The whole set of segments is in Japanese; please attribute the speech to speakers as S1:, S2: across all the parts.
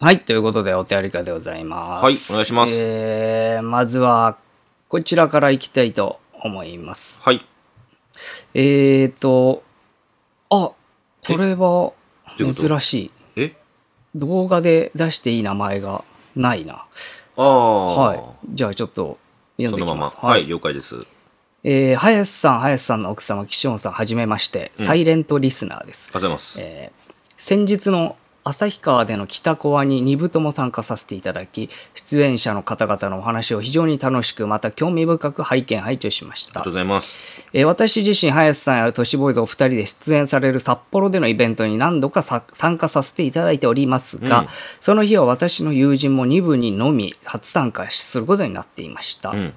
S1: はい、ということで、お手ありかでございます。
S2: はいお願いします
S1: えー、まずは、こちらから行きたいと思います。
S2: はい。
S1: えーと、あ、これは、
S2: どういうこと
S1: 珍しい。
S2: え
S1: 動画で出していい名前がないな。
S2: ああ。
S1: はい。じゃあ、ちょっと、読ん
S2: そ
S1: でい
S2: の
S1: きま
S2: まま。
S1: す。
S2: はい、了解です。
S1: えー、林さん、林さんの奥様、岸本さん、はじめまして、
S2: うん
S1: サイレントリスナーです。
S2: ありがとうございます。
S1: えー先日の旭川での北コアに2部とも参加させていただき、出演者の方々のお話を非常に楽しく、また興味深く拝見拝聴しまし
S2: ありが
S1: た
S2: とう。ございます。
S1: えー私自身、林さんや都市ボーイズお二人で出演される札幌でのイベントに何度かさ参加させていただいておりますが、
S2: うん
S1: その日は私の友人も2部にのみ初参加することになっていました。
S2: うん。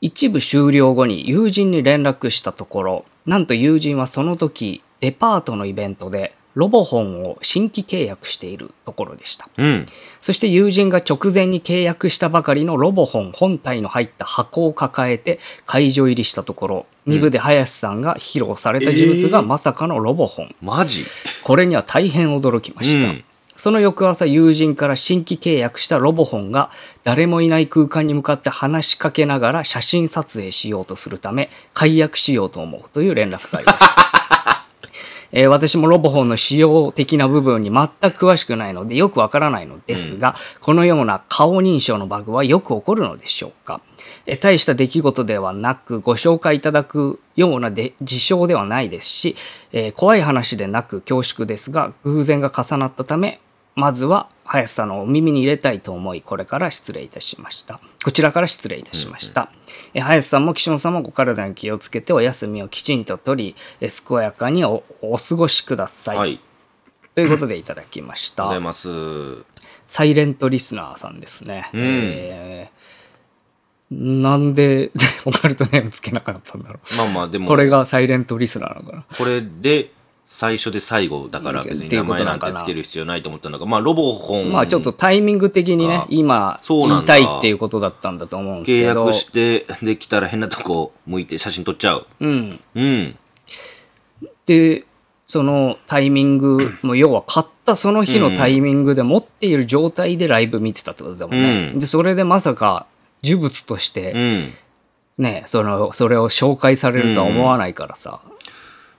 S1: 一部終了後に友人に連絡したところ、なんと友人はその時、デパートのイベントでロボホンを新規契約しているところでした。
S2: うん。
S1: そして友人が直前に契約したばかりのロボホン本体の入った箱を抱えて会場入りしたところ、2部で林さんが披露されたジュースが
S2: えー
S1: まさかのロボホン。
S2: マジ
S1: これには大変驚きました。
S2: うん
S1: その翌朝、友人から新規契約したロボホンが、誰もいない空間に向かって話しかけながら写真撮影しようとするため、解約しようと思うという連絡がありました。えー私もロボホンの使用的な部分に全く詳しくないのでよくわからないのですが、このような顔認証のバグはよく起こるのでしょうか、えー大した出来事ではなくご紹介いただくようなで事象ではないですし、えー怖い話でなく恐縮ですが偶然が重なったためまずは林さんのお耳に入れたいと思いこれから失礼いたしましたこちらから失礼いたしました、えー林さんも岸本さんもご体に気をつけてお休みをきちんと取りえー健やかにおお過ごしください、
S2: はい。あり
S1: ということでいただきまし
S2: がとうござ
S1: た
S2: います。うん。
S1: サイレントリスナーさんですね、
S2: うん
S1: えーなんで オカルトネームつけなかったんだろ
S2: まあまあ、で
S1: う
S2: も、
S1: これがサイレントリスナーなのかな
S2: これで、最初で最後だから別に名前なんてつける必要ないと思ったんだが、まあ、ロボホン。
S1: まあちょっとタイミング的にね
S2: あ、
S1: 今、
S2: そう
S1: 言
S2: ないん
S1: た
S2: だ
S1: いっていうことだったんだと思うんです
S2: 契
S1: けど。
S2: 約して、できたら変なとこ向いて写真撮っちゃう。
S1: うん。
S2: うん。
S1: で、そのタイミング、も要は買ったその日のタイミングで持っている状態でライブ見てたってことだもんね。
S2: うん
S1: で、それでまさか、呪物とし
S2: う
S1: て、
S2: ん。
S1: ね、その、それを紹介されるとは思わないからさ。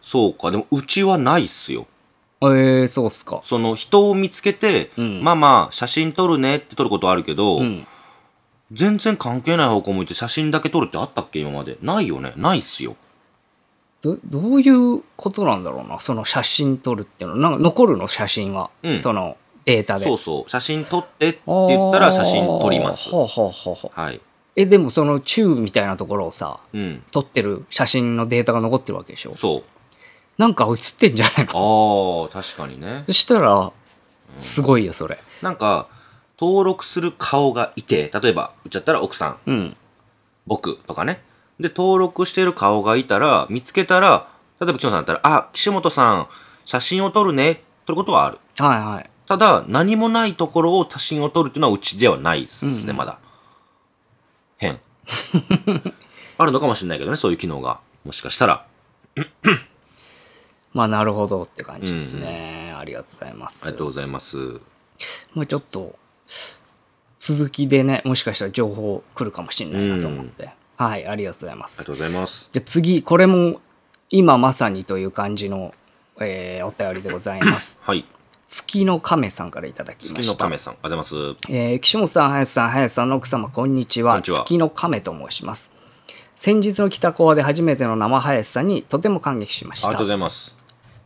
S2: そうか。でも、うちはないっすよ。
S1: えー、そうっすか。
S2: その、人を見つけて、
S1: うん
S2: まあまあ、写真撮るねって撮ることはあるけど、
S1: うん。
S2: 全然関係ない方向向いて写真だけ撮るってあったっけ今まで。ないよね。ないっすよ。
S1: ど、どういうことなんだろうな。その写真撮るっていうのは。なんか残るの写真は。
S2: うん
S1: そのデータで。
S2: そうそう。写真撮ってって言ったら写真撮ります
S1: あー。ほうほうほうほう
S2: はい。
S1: え、でもそのチューみたいなところをさ、
S2: うん。
S1: 撮ってる写真のデータが残ってるわけでしょ
S2: そう。
S1: なんか写ってんじゃないの
S2: ああ、確かにね
S1: そ。したら、すごいよ、それ。
S2: なんか、登録する顔がいて、例えば、うちだったら奥さん、
S1: うん。
S2: 僕とかね。で、登録してる顔がいたら、見つけたら、例えば、岸本さんだったら、あ、岸本さん、写真を撮るね、撮ることはある。
S1: はいはい。
S2: ただ、何もないところを写真を撮るっていうのはうちではないですね、
S1: うん
S2: まだ。変。 あるのかもしれないけどね、そういう機能が。もしかしたら。
S1: まあ、なるほどって感じですね。ありがとうございます。
S2: ありがとうございます。
S1: まあ、ちょっと、続きでね、もしかしたら情報来るかもしれないなと思って。はい、ありがとうございま
S2: ありが
S1: す。
S2: とうございます。
S1: じゃあ次、これも、今まさにという感じの、えーお便りでござい ます。
S2: はい。
S1: 月の亀さんからいただきま
S2: 月
S1: し
S2: の
S1: た。
S2: 亀さん、ありがとうございます。
S1: えー岸本さん、林さん、林さんの奥様、こんにちは。
S2: こんにちは
S1: 月の亀と申します。先日の北コアで初めての生林さんにとても感激しまし
S2: あ
S1: た
S2: りがとうご。ざいます。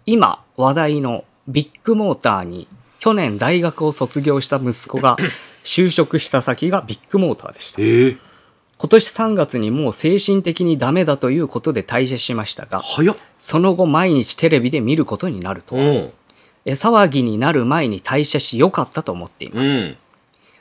S1: 今、話題のビッグモーターに、去年大学を卒業した息子 が就職した先がビッグモーターでした。
S2: ええー、
S1: 今年3月にもう精神的にダメだということで退社しましたが、
S2: 早っ。
S1: その後毎日テレビで見ることになると、
S2: うん。
S1: え騒ぎになる前に退社し良かったと思っていま
S2: う
S1: す。
S2: ん。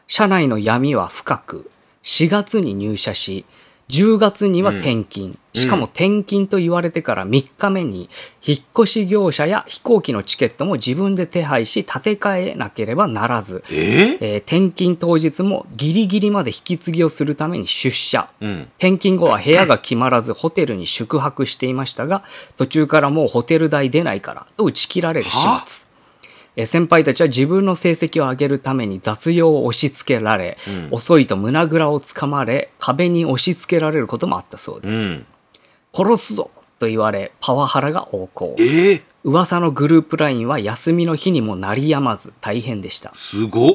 S1: 社内の闇は深く、4月に入社し、10月には転勤、しかも転勤と言われてから3日目に、引っ越し業者や飛行機のチケットも自分で手配し、建て替えなければならず、
S2: ええ
S1: えー転勤当日もギリギリまで引き継ぎをするために出社。
S2: うん。
S1: 転勤後は部屋が決まらずホテルに宿泊していましたが、途中からもうホテル代出ないからと打ち切られる始
S2: は
S1: 末。えー先輩たちは自分の成績を上げるために雑用を押し付けられ、
S2: うん
S1: 遅いと胸ぐらをつかまれ、壁に押し付けられることもあったそうです。
S2: うん。
S1: 殺すぞと言われ、パワハラが横行。
S2: ええ
S1: 噂のグループラインは休みの日にも鳴りやまず大変でした。
S2: すごっ。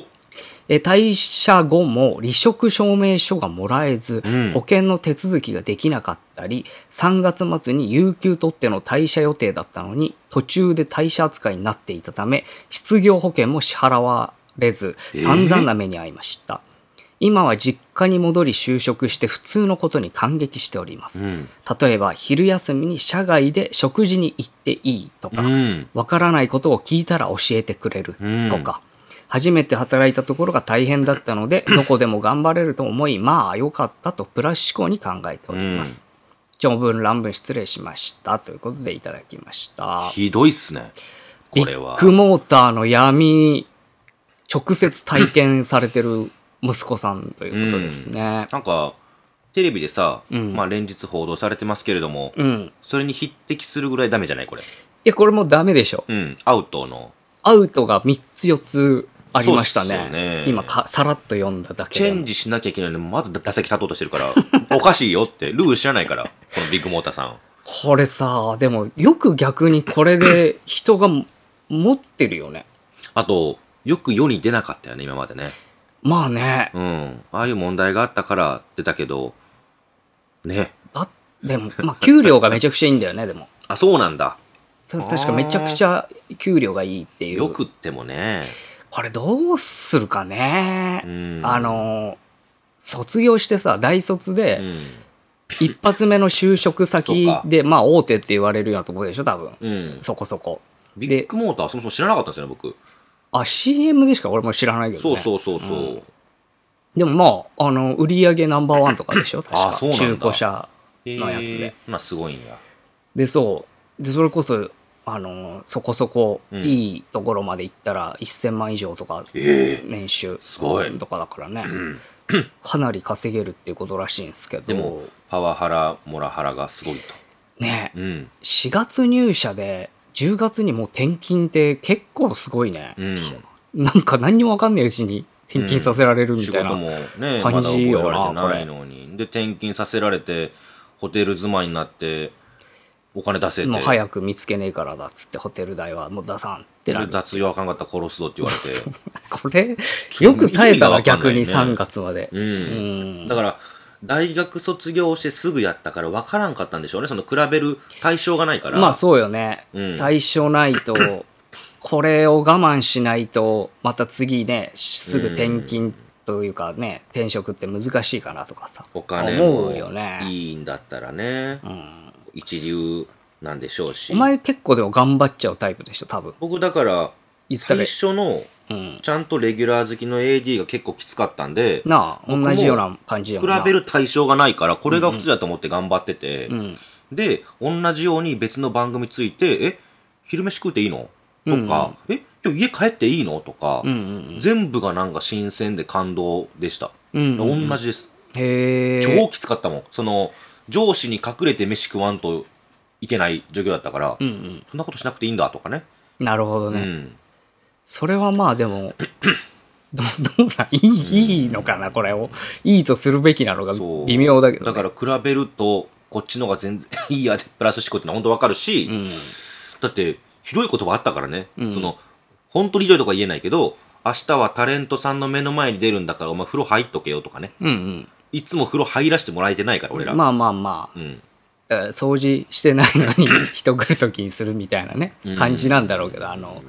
S1: えー退社後も離職証明書がもらえず、
S2: うん
S1: 保険の手続きができなかったり、3月末に有給取っての退社予定だったのに、途中で退社扱いになっていたため、失業保険も支払われず、
S2: えー
S1: 散々な目に遭いました。今は実家に戻り就職して普通のことに感激しております。
S2: うん。
S1: 例えば、昼休みに社外で食事に行っていいと
S2: う
S1: か、
S2: ん。
S1: わからないことを聞いたら教えてくれる
S2: うん
S1: とか、初めて働いたところが大変だったの で、どこでも頑張れると思い、まあ良かったとプラス思考に考えております。長文乱文失礼しました。ということでいただきました。
S2: ひどいっすね。これは。
S1: ビッグモーターの闇、直接体験されてる息子さんということですね。
S2: なんか、テレビでさ、
S1: うん
S2: まあ連日報道されてますけれども、
S1: うん。
S2: それに匹敵するぐらいダメじゃないこれ。
S1: いや、これもうダメでしょ。
S2: うん。アウトの。
S1: アウトが3つ4つありました
S2: そうっす
S1: ね。
S2: よね
S1: 今か、さらっと読んだだけ
S2: チ
S1: で
S2: ェン
S1: も。
S2: ジしなきゃいけないのに、まだ打席立とうとしてるから、 おかしいよって、ルール知らないから、このビッグモーターさん。
S1: これさ、でもよく逆にこれで人が持ってるよね。
S2: あと、よく世に出なかったよね、今までね。
S1: まあね。
S2: うん。ああいう問題があったから出たけど、ね。
S1: だでも、まあ給料がめちゃくちゃいいんだよね、でも。
S2: あ、そうなんだ。
S1: た確かめちゃくちゃ給料がいいっていう。
S2: よくってもね。
S1: これどうするかね
S2: う。ん。
S1: あ、の、卒業してさ、大卒
S2: う
S1: で、
S2: ん。
S1: 一発目の就職先
S2: そうか
S1: で、まあ大手って言われるようなところでしょ、多分。
S2: うん。
S1: そこそこ。
S2: ビッグモーター、そもそも知らなかったんですよね、僕。
S1: あ、CM でしか俺も知らないけどね。
S2: そうそうそうそう。
S1: うんでもまあ、あの、売り上げナンバーワンとかでしょ確か
S2: あそうなんだ
S1: 中古車のやつ
S2: へ
S1: で
S2: え。。まあ、すごいんや。
S1: で、そう。で、それこそ、あの、そこそこ
S2: うん
S1: いいところまで行ったら、1000万以上とか、
S2: ええ
S1: 年収
S2: すごい
S1: とかだからね。かなり稼げるっていうことらしいんですけ
S2: でも
S1: ど、、
S2: パワハラ、モラハラがすごいと。
S1: ね、
S2: うん。
S1: 4月入社で、10月にもう転勤って結構すごいね。
S2: うん。
S1: なんか何にもわかんないうちに転勤させられるみ
S2: 仕
S1: たいな。
S2: 事もね、まだ
S1: 感
S2: 覚え
S1: じよな
S2: られてないのに。で、転勤させられて、ホテル住まいになって、お金出せて。
S1: もう早く見つけねえからだっつってホテル代はもう出さんってな
S2: で
S1: る。
S2: 雑用あかんかったら殺すぞって言われて。
S1: これ、よく耐えたら
S2: 意味がわか
S1: 逆
S2: んない
S1: に
S2: ね
S1: 3月まで。う
S2: うん。
S1: ん
S2: だ。から、大学卒業してすぐやったから分からんかったんでしょうね。その比べる対象がないから。
S1: まあそうよね
S2: う。ん
S1: 対象ない と、これを我慢しないと、また次ね、すぐ転勤というかね、転職って難しいかなとかさ。
S2: お金
S1: 思
S2: も
S1: うよね
S2: いいんだったらね
S1: う、ん
S2: 一流なんでしょうし。
S1: お前結構でも頑張っちゃうタイプでしょ、多分。
S2: 僕だから、
S1: 言ったら
S2: 最、初の
S1: うん。
S2: ちゃんとレギュラー好きの AD が結構きつかったんで、
S1: なあ、
S2: 僕も
S1: 同じような感じや
S2: 比
S1: もんな。
S2: べる対象がないから、これが普通だと思って頑張ってて、
S1: うん。
S2: で、同じように別の番組ついて、え、昼飯食うていいのとか、え、今日家帰っていいのとか、
S1: うんうん
S2: 全部がなんか新鮮で感動でした。
S1: うん。うんうん。
S2: 同じです。
S1: へえ。
S2: 超きつかったもん。その、上司に隠れて飯食わんといけない状況だったから、
S1: うんうん。
S2: そんなことしなくていいんだとかね。
S1: なるほど
S2: う
S1: ね。
S2: ん。
S1: それはまあで も、どどうなんいいいいのかな、これを。いいとするべきなのが
S2: そう
S1: 微妙だけど、ね。
S2: だから比べると、こっちの方が全然 いいやでプラス思考ってのは本当わかるし、
S1: うん、
S2: だって、ひどい言葉あったからね。
S1: うん
S2: その、本当にひどいとか言えないけど、明日はタレントさんの目の前に出るんだから、お前風呂入っとけよとかね。
S1: うん
S2: いつも風呂入らせてもらえてないから、
S1: う
S2: 俺ら。
S1: ん。まあまあまあ
S2: うん。、
S1: えー掃除してないの に人来るときにするみたいなね
S2: うん、
S1: 感じなんだろうけど、あの、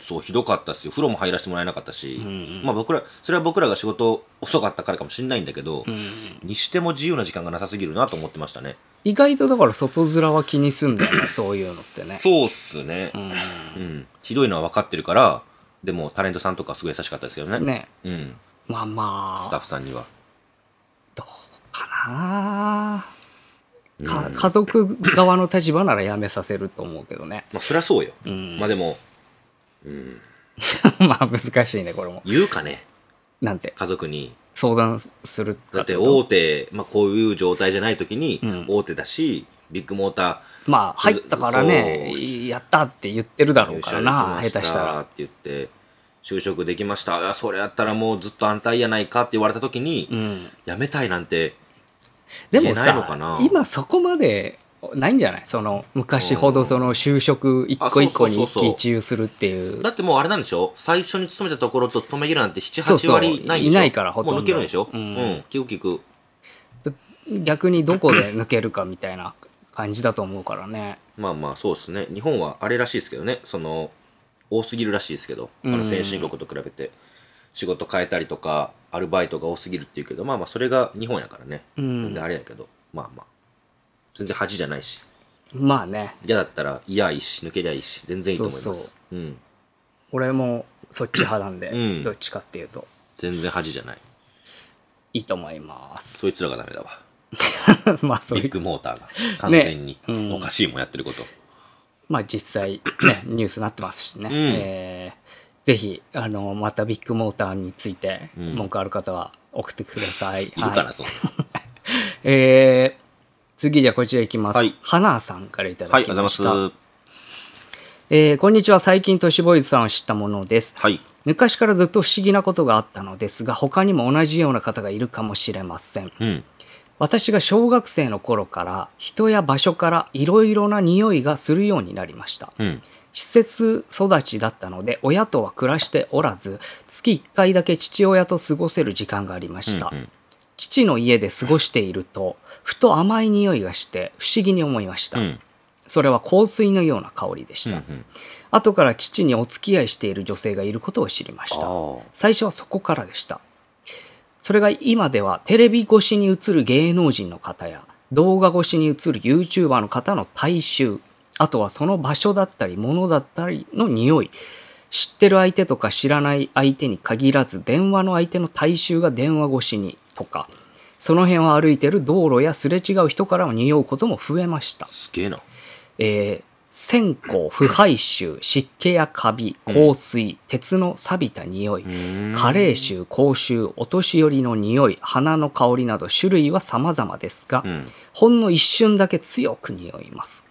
S2: そう、ひどかったっすよ。風呂も入らせてもらえなかったし。
S1: ん
S2: まあ僕ら、それは僕らが仕事遅かったからかもしれないんだけど、
S1: うん
S2: にしても自由な時間がなさすぎるなと思ってましたね。
S1: 意外とだから外面は気にすんだ よね、そういうのってね。
S2: そうっすね
S1: う。ん
S2: うん。ひどいのは分かってるから、でもタレントさんとかすごい優しかったですけどね。
S1: ね、
S2: うん。
S1: まあ
S2: ス
S1: ま
S2: タッ
S1: あ、
S2: フさんには。
S1: どうかなか
S2: うん
S1: 家族側の立場ならやめさせると思うけどね。
S2: まあそりゃそうよ。
S1: うん、
S2: まあでも、
S1: まあ難しいね、これも。
S2: 言うかね、
S1: なんて。
S2: 家族に。
S1: 相談するか
S2: だって
S1: こと
S2: 大手、まあこういう状態じゃない時に
S1: うん、
S2: 大手だし、ビッグモータ
S1: まあ、入ったからね、
S2: そう
S1: やったって言ってるだ
S2: ー
S1: ろう
S2: 入
S1: から
S2: 社でき
S1: な
S2: ま、
S1: 下手したら
S2: っ。て言って就職できましたあそれやったらもうずっと安泰やないかって言われた時に、
S1: うん。
S2: 辞めたいなんて
S1: でも
S2: いけないのか
S1: さ
S2: な、
S1: 今そこまでないんじゃないその、昔ほどその就職一個一個に
S2: あそ
S1: 一
S2: うそうそうそう
S1: 喜一憂するっていう。
S2: だってもうあれなんでしょ最初に勤めたところと勤め切るなんて
S1: そう
S2: 78
S1: そう
S2: 割ないんでしょ
S1: いないからほとんど
S2: もう抜けるんでしょ
S1: う
S2: うんん、聞く聞く
S1: 逆にどこで抜けるかみたいな感じだと思うからね。
S2: まあまあそうですね日本はあれらしいですけどねその多すぎるらしいですけどあ
S1: うん
S2: の先進国と比べて仕事変えたりとかアルバイトが多すぎるっていうけどまあまあそれが日本やからね、
S1: うん
S2: 全然あれやけどまあまあ全然恥じゃないし
S1: まあね、
S2: 嫌だったら嫌いいし抜けりゃいいし全然いいと思います
S1: そうそ
S2: うん
S1: 俺もそっち派なんで、
S2: うん
S1: どっちかっていうと、
S2: 全然恥じゃない
S1: いいと思います。
S2: そいつらがダメだわ
S1: まあ、そうい
S2: ビッ
S1: う、
S2: グモーターが完全に
S1: うん
S2: おかしいもんやってること、
S1: まあ実際、ね、 ニュースになってますしね。
S2: うん
S1: えーぜひ、あの、またビッグモーターについて、
S2: うん
S1: 文句ある方は送ってください。
S2: いるかな、
S1: はい
S2: そんな
S1: えー次じゃあこちらいきます。
S2: はい
S1: 花さんからいただきました。
S2: はい、ありがとうございます。
S1: えーこんにちは。最近、都市ボーイズさんを知ったものです。
S2: はい。
S1: 昔からずっと不思議なことがあったのですが、他にも同じような方がいるかもしれません。
S2: うん。
S1: 私が小学生の頃から、人や場所からいろいろな匂いがするようになりました。
S2: うん。
S1: 施設育ちだったので、親とは暮らしておらず、月1回だけ父親と過ごせる時間がありました。
S2: うんうん
S1: 父の家で過ごしていると、ふと甘い匂いがして不思議に思いました。
S2: うん。
S1: それは香水のような香りでし
S2: うんう
S1: た。
S2: ん。
S1: 後から父にお付き合いしている女性がいることを知りまし
S2: あ
S1: た。
S2: ー
S1: 最初はそこからでした。それが今ではテレビ越しに映る芸能人の方や動画越しに映る YouTuber の方の大衆、あとはその場所だったり物だったりの匂い、知ってる相手とか知らない相手に限らず電話の相手の大衆が電話越しにとか、その辺を歩いてる道路やすれ違う人からの匂うことも増えました。
S2: すげえな。
S1: えー線香、腐敗臭、湿気やカビ、香水、鉄の錆びた匂い、加齢臭、口臭、お年寄りの匂い、花の香りなど種類は様々ですが、
S2: うん。
S1: ほんの一瞬だけ強く匂います。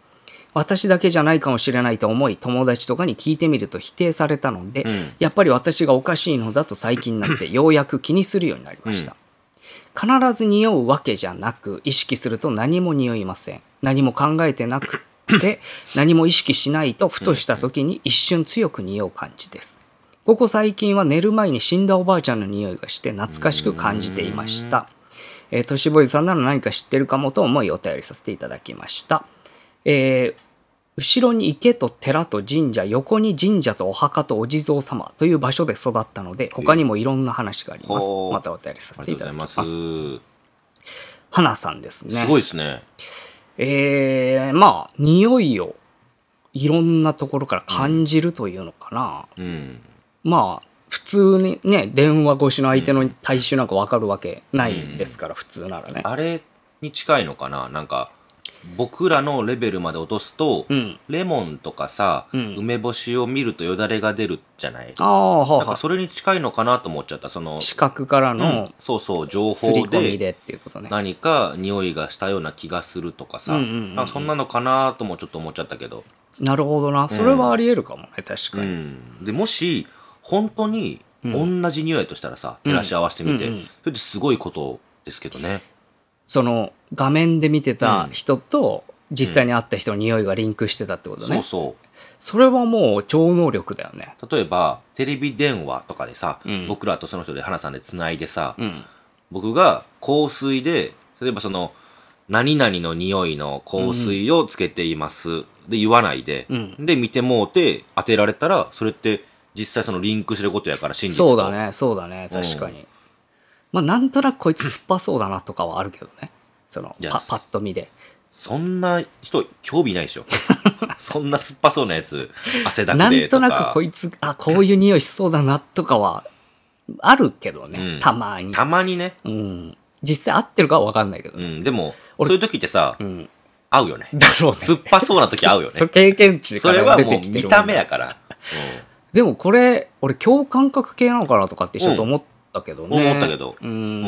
S1: 私だけじゃないかもしれないと思い、友達とかに聞いてみると否定されたので、
S2: うん
S1: やっぱり私がおかしいのだと最近になって、ようやく気にするようになりました。必ず匂うわけじゃなく、意識すると何も匂いません。何も考えてなくて、何も意識しないと、ふとした時に一瞬強く匂う感じです。ここ最近は寝る前に死んだおばあちゃんの匂いがして懐かしく感じていました。えー、トシボーイズさんなら何か知ってるかもと思いお便りさせていただきました。えー後ろに池と寺と神社、横に神社とお墓とお地蔵様という場所で育ったので、他にもいろんな話があります。
S2: ほう
S1: またお便りさせ
S2: あ
S1: て
S2: り
S1: い
S2: が
S1: た
S2: と
S1: だ
S2: う
S1: き
S2: ご
S1: ま。
S2: ざいますす。
S1: 花さんですね。
S2: すごいですね。
S1: えー、まあ、匂いをいろんなところから感じるというのかな。
S2: うん。
S1: まあ、普通にね、電話越しの相手の体臭なんかわかるわけないですから、普通ならね。
S2: あれに近いのかななんか、僕らのレベルまで落とすと
S1: う、ん。
S2: レモンとかさ、
S1: うん
S2: 梅干しを見るとよだれが出るじゃない
S1: ああ、は
S2: な
S1: あ
S2: んか
S1: は
S2: それに近いのかなと思っちゃった。その
S1: あ、、視覚から
S2: う
S1: の
S2: んそうそう、情
S1: すり
S2: 報
S1: 込み
S2: で
S1: でっていうことね。
S2: 何か匂いがしたような気がするとかさ、
S1: うんうんうんうん
S2: なんかそんなのかなともちょっと思っちゃったけど。
S1: なるほどな。それはあり得るかもね、確か
S2: う
S1: に。
S2: ん、でもし本当に
S1: うん
S2: 同じ匂いとしたらさ、照らし合わせてみて、
S1: うんうん
S2: それってすごいことですけどね
S1: その、画面で見てた
S2: うん
S1: 人と、実際に会った人の匂いがリンクしてたってことね。
S2: そうそ
S1: それはもう超能力だよね。
S2: う例えばテレビ電話とかでさ、
S1: うん
S2: 僕らとその人で花さんでつないでさ、
S1: うん。
S2: 僕が香水で例えばその何々の匂いの香水をつけています、で言わないで、
S1: うん
S2: で見てもうて当てられたらそれって実際そのリンクしてることやから真実と
S1: そうだね、そうだね、確かに。まあ、なんとなくこいつ酸っぱそうだなとかはあるけどね。その、
S2: いや
S1: パパッと見で。
S2: そんな人、興味ないで しょ。そんな酸っぱそうなやつ、汗だ
S1: な
S2: くで
S1: ん
S2: と
S1: と
S2: か。
S1: なくこいつ、あ、こういう匂いしそうだなとかは、あるけどね、
S2: うん
S1: たまに。
S2: たまにね。
S1: うん。実際合ってるかは分かんないけど
S2: う
S1: ね。
S2: ん、でも、
S1: 俺
S2: そういう時ってさ、
S1: うん。
S2: 合うよね。
S1: だろうね。
S2: 酸っぱそうな時合うよ
S1: それ
S2: ね。
S1: 経験値か
S2: それ
S1: ら
S2: は
S1: 出
S2: もう
S1: てきて
S2: 見
S1: るもんね
S2: た目やから。
S1: でもこれ、俺、共感覚系なのかなとかってちょっと思っったけどね。
S2: 思ったけど
S1: う
S2: うん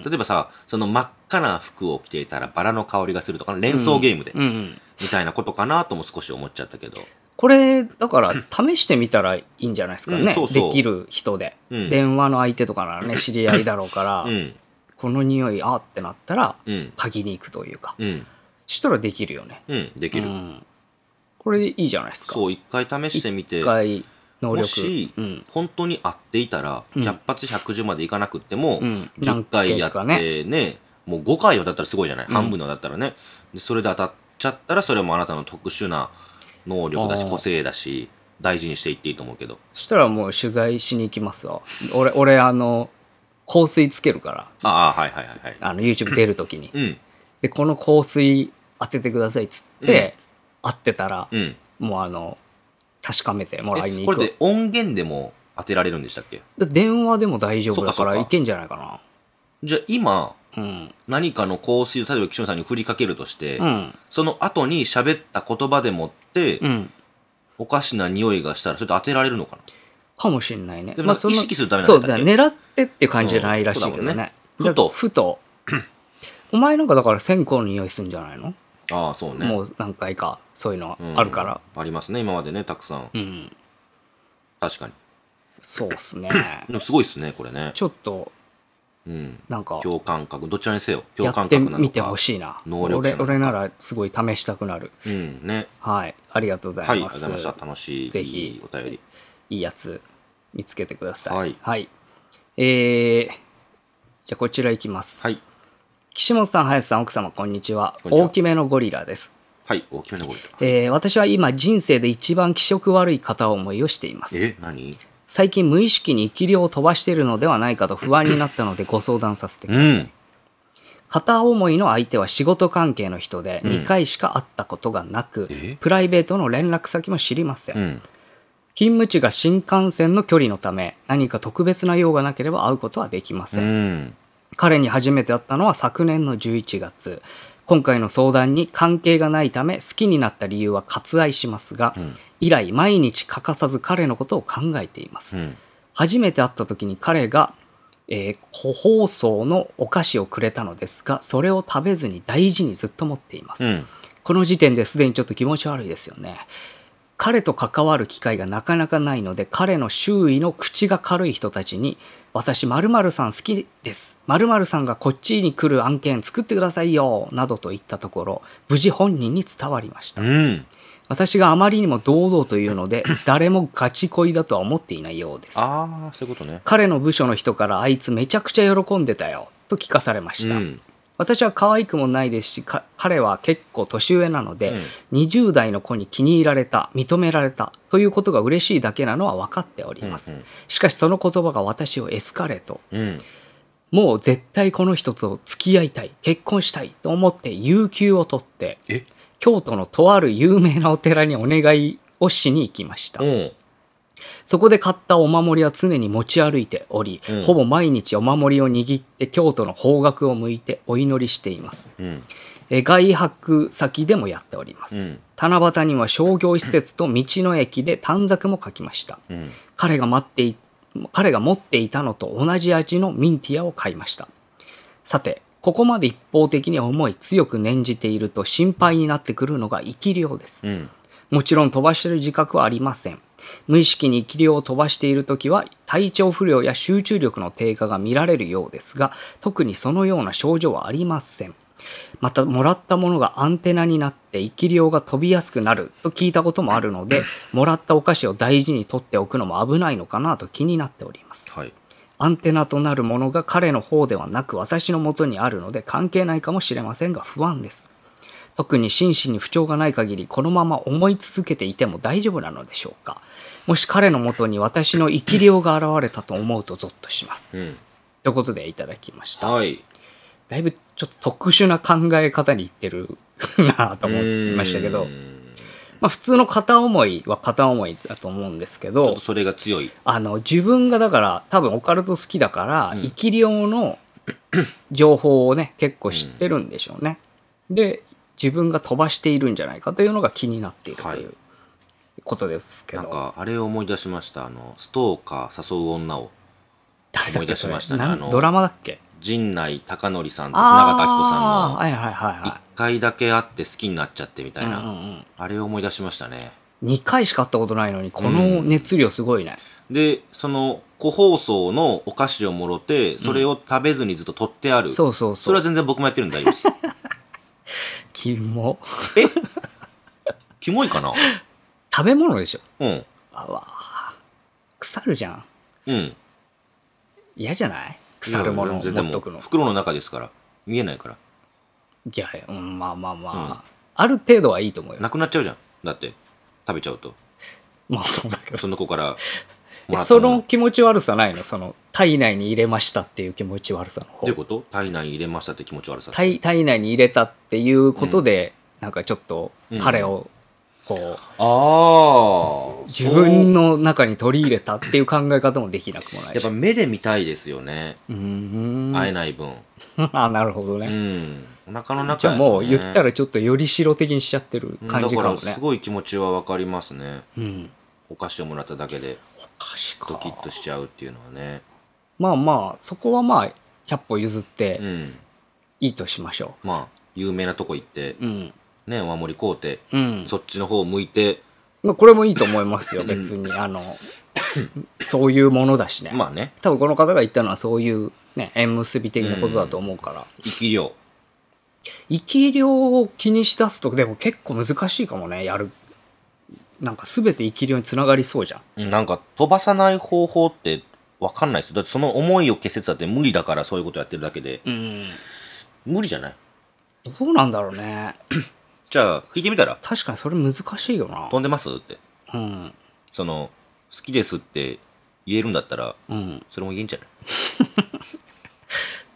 S1: ん。
S2: 例えばさその真っ赤な服を着ていたらバラの香りがするとか連想ゲームで、
S1: うんうん。
S2: みたいなことかなとも少し思っちゃったけど、
S1: これ、だから、試してみたらいいんじゃないですか
S2: うん
S1: ね。
S2: そうそ
S1: で
S2: う
S1: きる人で。
S2: うん、
S1: 電話の相手とかな らね、知り合いだろうから、
S2: うん
S1: この匂い、あってなったら、
S2: うん
S1: 嗅ぎに行くというか。
S2: うん
S1: したらできるよね。
S2: うんでき
S1: う
S2: る、
S1: んこれいいじゃないですか。
S2: そう一回試してみて
S1: 一回、能力。
S2: もし
S1: うん。
S2: 本当に合っていたら、
S1: うん
S2: 100発110までいかなくっても、
S1: うん
S2: 10回やって
S1: 何
S2: ねもう5回はだったらすごいじゃない、
S1: うん
S2: 半分のだったらねでそれで当たっちゃったらそれもあなたの特殊な能力だ
S1: あ
S2: し
S1: ー
S2: 個性だし大事にしていっていいと思うけど
S1: そしたらもう取材しに行きますわ。俺、俺、あの、香水つけるから、
S2: ああはいはいはいはい
S1: あの、YouTube 出るときに。
S2: うん
S1: で、この香水当ててくださいっつって、合ってたら、
S2: うん
S1: もうあの、確かめてもらい
S2: え
S1: に
S2: こ
S1: 行
S2: れ
S1: くわ
S2: で。音源でも当てられるんでしたっけ
S1: で電話でも大丈夫だか
S2: そっかそ
S1: ら、
S2: っか
S1: いけんじゃないか
S2: じゃあ今
S1: な。うん。
S2: 何かの香水を例えば岸本さんに振りかけるとして、
S1: うん。
S2: その後に喋った言葉でもって、
S1: うん。
S2: おかしな匂いがしたらそれと当てられるのかな
S1: かもしんないね。
S2: でも
S1: その
S2: 意識するためなんだ
S1: そう
S2: っけ
S1: だ、狙ってって感じじゃないらしいけど
S2: う
S1: ね。
S2: んそうだもんね
S1: だ
S2: ふと
S1: ふと。お前なんかだから線香の匂いするんじゃないの、
S2: ああそうね
S1: もう何回かそういうの
S2: うん
S1: あるから。
S2: ありますね今までねたくさん
S1: うん。
S2: 確かに
S1: そうっすね。
S2: でもすごいっすねこれね
S1: ちょっと、
S2: うん
S1: なんか、
S2: 共感覚どちらにせよ
S1: や
S2: 共感
S1: って
S2: 覚なのか
S1: みてほしいな。
S2: 能力者
S1: 俺
S2: なのか
S1: 俺ならすごい試したくなる。
S2: うんね
S1: はい。ありがとうござ
S2: はいいありが
S1: ま
S2: とうご
S1: す。
S2: ざいました楽しい
S1: ぜひ
S2: いいお便り
S1: いいやつ見つけてください。
S2: はい
S1: えー、じゃあこちらいきます。
S2: はい
S1: 岸本さん、林さん、奥様、こんにちは。
S2: こんにちは
S1: 大きめのゴリラです。
S2: はい大きめの声
S1: えー私は今人生で一番気色悪い片思いをしています。
S2: え何
S1: 最近無意識に生き量を飛ばしているのではないかと不安になったのでご相談させてください。
S2: うん
S1: 片思いの相手は仕事関係の人で
S2: うん
S1: 2回しか会ったことがなく、
S2: え
S1: プライベートの連絡先も知りません
S2: う。ん
S1: 勤務地が新幹線の距離のため何か特別な用がなければ会うことはできませ、
S2: うんん
S1: 彼に初めて会ったのは昨年の11月今回の相談に関係がないため好きになった理由は割愛しますが、
S2: うん
S1: 以来毎日欠かさず彼のことを考えています、
S2: うん
S1: 初めて会った時に彼が、えー個包装のお菓子をくれたのですがそれを食べずに大事にずっと持っています、
S2: うん
S1: この時点ですでにちょっと気持ち悪いですよね。彼と関わる機会がなかなかないので、彼の周囲の口が軽い人たちに、私〇〇さん好きです。〇〇さんがこっちに来る案件作ってくださいよ。などと言ったところ、無事本人に伝わりました
S2: う。ん
S1: 私があまりにも堂々というので、誰もガチ恋だとは思っていないようです。
S2: ああそういうことね
S1: 彼の部署の人からあいつめちゃくちゃ喜んでたよ。と聞かされました。
S2: うん
S1: 私は可愛くもないですし、か彼は結構年上なので、
S2: うん
S1: 20代の子に気に入られた、認められたということが嬉しいだけなのは分かっております。
S2: うんうん
S1: しかしその言葉が私をエスカレート。
S2: うん
S1: もう絶対この人と付き合いたい、結婚したいと思って有給を取って、
S2: え
S1: 京都のとある有名なお寺にお願いをしに行きました
S2: う。ん
S1: そこで買ったお守りは常に持ち歩いており、
S2: うん
S1: ほぼ毎日お守りを握って京都の方角を向いてお祈りしています。
S2: うん
S1: えー外泊先でもやっております。
S2: うん
S1: 七夕には商業施設と道の駅で短冊も書きました。
S2: うん
S1: 彼が待ってい、彼が持っていたのと同じ味のミンティアを買いました。さて、ここまで一方的に思い強く念じていると心配になってくるのが生き量です。
S2: うん
S1: もちろん飛ばしてる自覚はありません。無意識に生き量を飛ばしているときは体調不良や集中力の低下が見られるようですが、特にそのような症状はありません。また、もらったものがアンテナになって生き量が飛びやすくなると聞いたこともあるので、もらったお菓子を大事に取っておくのも危ないのかなと気になっております。
S2: はい
S1: アンテナとなるものが彼の方ではなく私の元にあるので関係ないかもしれませんが不安です。特に心身に不調がない限りこのまま思い続けていても大丈夫なのでしょうか。もし彼の元に私の生き量が現れたと思うとゾッとします。
S2: うん
S1: ということでいただきました。
S2: はい
S1: だいぶちょっと特殊な考え方にいってるなぁと思いましたけ
S2: う
S1: ど
S2: ー、ん
S1: まあ普通の片思いは片思いだと思うんですけ
S2: ちょっ
S1: ど
S2: と、それが強い
S1: あの自分がだから多分オカルト好きだから、
S2: うん
S1: 生き量 の情報をね結構知ってるんでしょうね、で自分が飛ばしているんじゃないかというのが気になっていると
S2: はい
S1: いうことですけ
S2: な
S1: ど、
S2: んかあれを思い出しましたあのストーカー誘う女を
S1: 誰だっけそれ
S2: 思い出しましたね
S1: なん
S2: あの
S1: ドラマだっけ
S2: 陣内孝則さんと
S1: あ
S2: 永田明子さん
S1: あー
S2: の
S1: はいはいはい
S2: 一
S1: は
S2: 回だけ会って好きになっちゃってみた
S1: い。
S2: いな、
S1: うんうんうん
S2: あれを思い出しましたね
S1: 2回しか会ったことないのに、この熱量すごいね。
S2: でその個包装のお菓子をもろてそれを食べずにずっと取ってある、
S1: そうそう
S2: そ
S1: そ
S2: れは
S1: う。
S2: 全然僕もやってるんで大丈 夫です
S1: キモ。
S2: キモいかな
S1: 食べ物でしょ。
S2: うん
S1: あわー腐るじゃん。
S2: うん
S1: 嫌じゃない腐るものを
S2: いや全
S1: 持
S2: 然
S1: っ
S2: で
S1: と
S2: も
S1: くの。
S2: 袋の中ですから見えないから
S1: いや、うん、まあまあまあ、
S2: うん
S1: ある程度はいいと思うよ。
S2: なくなっちゃうじゃんだって食べちゃうと
S1: まあそうだけど。
S2: その子からもらった
S1: え
S2: の
S1: その気持ち悪さないのその体内に入れましたっていう気持ち悪さの
S2: どういう
S1: 方
S2: こと体内に入れましたって気持ち悪さ
S1: 体体内に入れたっていうことで、なんかちょっと彼をこう、
S2: ああ
S1: 自分の中に取り入れたっていう考え方もできなくもない
S2: やっ
S1: し
S2: ぱ目で見たいですよね、
S1: うーん
S2: 会えない分
S1: あなるほど
S2: う
S1: ね、
S2: んお腹の中、
S1: じゃあもう言った
S2: ら
S1: らちょっとより白的にしちゃってる感じかも
S2: だから
S1: ね
S2: すごい気持ちはわかりますね
S1: うん
S2: お菓子をもらっただけで
S1: おかし
S2: ド
S1: か
S2: キッとしちゃうっていうのはね
S1: まあまあそこはまあ100歩譲って
S2: うん
S1: いいとしましょ
S2: まあ有名なとこ行って
S1: ううん
S2: ねお守り買うて
S1: うん
S2: そっちの方向いて
S1: まあ、これもいいと思いますよ、
S2: うん
S1: 別に。あの、そういうものだしね。
S2: まあね
S1: 多分この方が言ったのはそういう、ね、縁結び的なことだと思うから。
S2: 生き量
S1: 生き量を気にしだすと、でも結構難しいかもね、やる。なんか全て生き量につながりそうじゃん。
S2: うんなんか飛ばさない方法ってわかんないですよだってその思いを消せてたって無理だからそういうことやってるだけで
S1: うん。
S2: 無理じゃない
S1: どうなんだろうね。
S2: じゃあ聞いてみたら
S1: 確かにそれ難しいよな。
S2: 飛んでますって
S1: うん。
S2: その好きですって言えるんだったら
S1: うん。
S2: それも言えんじゃない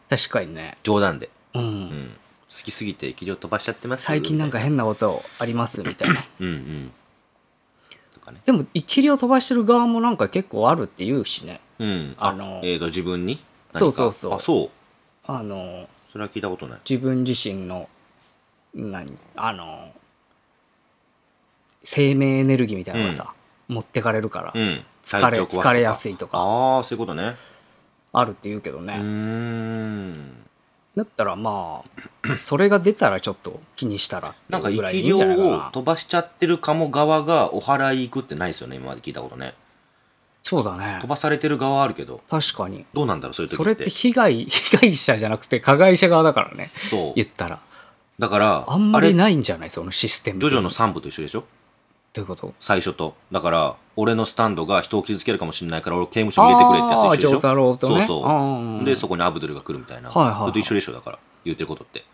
S1: 確かにね。
S2: 冗談で、
S1: うん。
S2: うん、好きすぎて気量飛ばしちゃってます
S1: 最近なんか変なことありますみたいな。
S2: うんうんとかね
S1: でも、生き量飛ばしてる側もなんか結構あるって言うしね。
S2: うん
S1: あの
S2: えー、と自分に何か
S1: そうそうそう
S2: あそう
S1: あの、
S2: それは聞いたことない
S1: 自分自身の何あの生命エネルギーみたいなのがさ、持ってかれるから、
S2: うん
S1: 疲れ
S2: 体調壊すとか
S1: 疲れやすいとか
S2: ああそういうことね
S1: あるって言うけど
S2: う
S1: ね、
S2: ーん
S1: だったらまあ それが出たらちょっと気にしたら
S2: なんか
S1: ぐ
S2: 生
S1: らい
S2: き
S1: でいいん
S2: 量
S1: じゃないか
S2: を
S1: な
S2: 飛ばしちゃってるかも側がお祓い行くってないですよね今まで聞いたことね
S1: そうだね
S2: 飛ばされてる側はあるけど
S1: 確かに
S2: どうなんだろうそういう時
S1: それって被害 被害者じゃなくて加害者側だからね
S2: そう
S1: 言ったら
S2: だから
S1: あんまり
S2: あれ
S1: ないんじゃないそのシステム
S2: ジョジョの3部と一緒でしょ
S1: ということ
S2: 最初と。だから、俺のスタンドが人を傷つけるかもしれないから、俺刑務所に入れてくれってやつ一緒
S1: あー丈
S2: でしょ
S1: 太郎とね
S2: そう
S1: あ
S2: そう。
S1: ー
S2: で、そこにアブドゥルが来るみたいな。
S1: はいはいはい
S2: それと一緒でしょ、だから。言ってること って。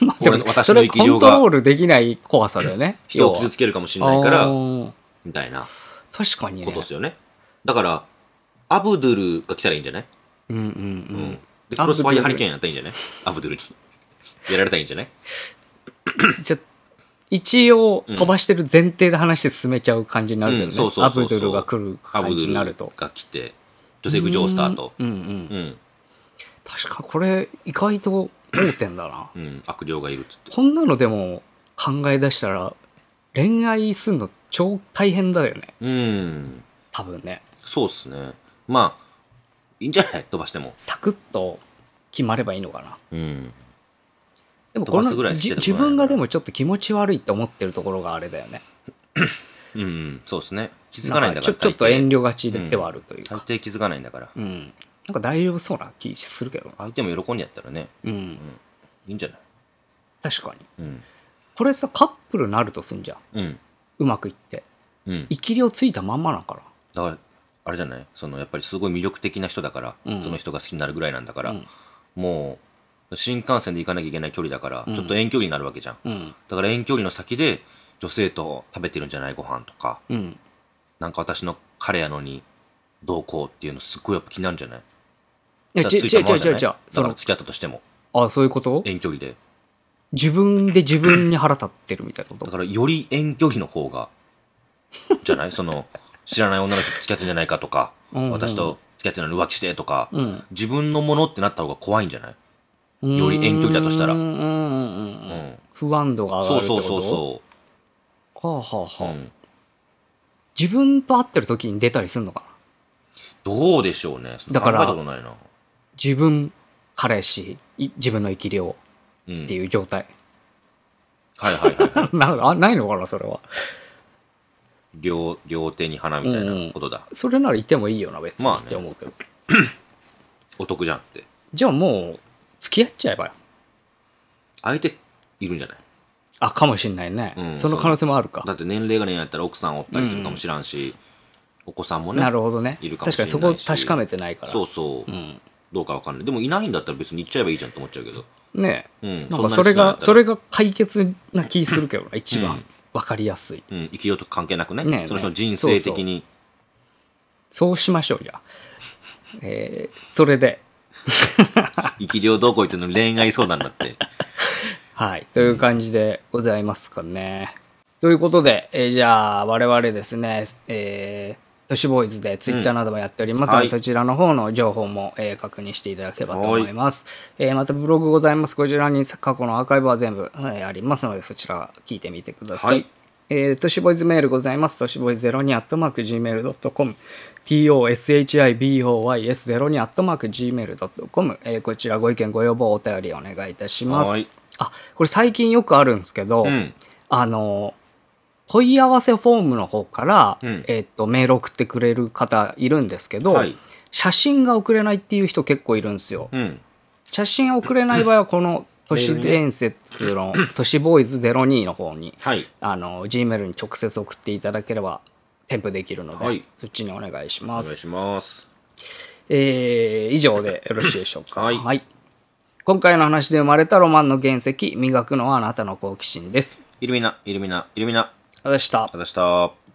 S1: まあでも
S2: 俺の私
S1: そ
S2: の
S1: れ
S2: 生き
S1: コ
S2: 量
S1: ン
S2: が
S1: トロールできない怖さだよね
S2: 人を傷つけるかもしれないから
S1: あ、ー
S2: みたいな
S1: 確かにね
S2: ことですよね。だから、アブドゥルが来たらいいんじゃない
S1: うんうん
S2: う
S1: うん
S2: ん。で、クロスファイアハリケーンやったらいいんじゃないアブドゥルに。やられたらいいん じゃない
S1: じゃ一応飛ばしてる前提で話して進めちゃう感じになるけどね、
S2: うんそうそうそうそう
S1: アブドゥルが来る
S2: アブ
S1: 感
S2: ド
S1: じにな
S2: ゥ
S1: る
S2: ル
S1: と
S2: が来て、女性グジョースターと。
S1: うんうん、
S2: うん。うん
S1: 確かこれ意外と盲点だな
S2: うん。悪霊がいるっつって。
S1: こんなのでも考え出したら恋愛するの超大変だよね
S2: うん。
S1: 多分ね
S2: そうっすね。まあ、いいんじゃない飛ばしても。
S1: サクッと決まればいいのかな
S2: うん。
S1: でも
S2: 飛
S1: こ
S2: ば
S1: の
S2: すぐらい好き
S1: じ
S2: だと
S1: 自
S2: 思うよ
S1: 分がでもちょっと気持ち悪いって思ってるところがあれだよね
S2: うんうん、そうですね。気づかないんだ
S1: ん
S2: か
S1: ち
S2: ら。
S1: ょちょっと遠慮がちで,、はあるという
S2: 大
S1: か
S2: 抵気づかないんだから。
S1: うんなんか大丈夫そうな気するけどな
S2: 相手も喜んでやったらね、
S1: うん
S2: いいんじゃない
S1: 確かに
S2: うん。
S1: これさカップルになるとすんじゃん
S2: うん。
S1: うまくいって
S2: うん。
S1: 生き量ついたまんまなんか
S2: だから、あれじゃないその、やっぱりすごい魅力的な人だから、
S1: うん
S2: その人が好きになるぐらいなんだから、
S1: うん
S2: もう、新幹線で行かなきゃいけない距離だから、
S1: うん
S2: ちょっと遠距離になるわけじゃん。
S1: なうん
S2: だから遠距離の先で、女性と食べてるんじゃないご飯とか、
S1: うん
S2: なんか私の彼やのに、どうこうっていうのすっごいやっぱ気になるんじゃない
S1: いや
S2: じ
S1: 違
S2: ゃ
S1: う
S2: あ
S1: 違う
S2: ついた
S1: 違う
S2: ままじゃ
S1: 違
S2: な
S1: う違うそ
S2: いだから
S1: の
S2: 付き合ったとしても、
S1: あそういうこと
S2: 遠距離で。
S1: 自分で自分に腹立ってるみたいなこ
S2: だ
S1: と
S2: からより遠距離の方が、じゃないその、知らない女の人と付き合ってんじゃないかとか、
S1: うんうん
S2: 私と付き合ってるのに浮気してとか、
S1: うん
S2: 自分のものってなった方が怖いんじゃな
S1: よ
S2: いより遠距離だとしたら
S1: うんうんうん
S2: う。
S1: うんん不安度が上が
S2: そ
S1: る
S2: う
S1: ってこ
S2: そ
S1: と
S2: うそうそ
S1: はあはあ
S2: う。
S1: はあ
S2: うん、
S1: 自分と会ってる時に出たりすんのか
S2: どうでしょうね。
S1: だから
S2: 考えたことないな。
S1: 自分、彼氏、い自分の生き量
S2: うん。
S1: っていう状態。
S2: はいはいはいはい。
S1: なんかあないのかな、それは。
S2: 両、両手に花みたいなことだ。
S1: それならいてもいいよな、別に
S2: まあね
S1: って思うけど。
S2: お得じゃんって。
S1: じゃあもう、付き合っちゃえばよ。
S2: 相手いるんじゃない
S1: あ、かもしんないね。
S2: うん
S1: その可能性もあるか。
S2: だって年齢がねやったら奥さんおったりするかもしらんし、お子さんもね
S1: なるほどね。
S2: いるかも
S1: 確
S2: し
S1: か
S2: れ
S1: に
S2: ないし
S1: そこ確かめてないから。
S2: そうそう、
S1: うん。
S2: どうかわかんないでもいないんだったら別に行っちゃえばいいじゃんと思っちゃうけど
S1: ねえ。
S2: うん
S1: なんかそれが、そ
S2: れ
S1: れが解決な気するけどな、一
S2: う
S1: 番
S2: ん
S1: わかりやすい。
S2: うん生きようと関係なくね
S1: ねえねえ
S2: その人の人生的に
S1: そうしましょう、じゃあ。えーそれで、
S2: 生き量どうこう言ってんの恋愛相談だって
S1: はい。という感じでございますかね。ということで、えーじゃあ、我々ですね、えー、都市ボーイズでツイッターなどもやっておりますので、
S2: はい
S1: そちらの方の情報も、えー確認していただければと思います。えーまたブログございます。こちらに過去のアーカイブは全部、えーありますので、そちら聞いてみてください。
S2: はい
S1: えー、都市ボーイズメールございます。都市ボーイズ02アットマーク Gmail.com。toshiboys02 アットマーク Gmail.com。えーこちらご意見、ご要望、お便りお願いいたします。
S2: はい
S1: あ、これ最近よくあるんですけど、
S2: うん
S1: あの、問い合わせフォームの方から、
S2: うん
S1: えっと、メール送ってくれる方いるんですけど、
S2: はい
S1: 写真が送れないっていう人結構いるんですよ。
S2: うん
S1: 写真送れない場合は、この都市伝説の、 都市ボーイズ02の方に、
S2: はい
S1: あの、Gmail に直接送っていただければ、添付できるので、
S2: はい
S1: そっちにお願いし
S2: お
S1: ま
S2: 願
S1: す
S2: い。します
S1: えー以上でよろしいでしょうか。
S2: はい
S1: 今回の話で生まれたロマンの原石、磨くのはあなたの好奇心です。
S2: イルミナイルミナイルミナ
S1: ありがとうございました
S2: あ。ざした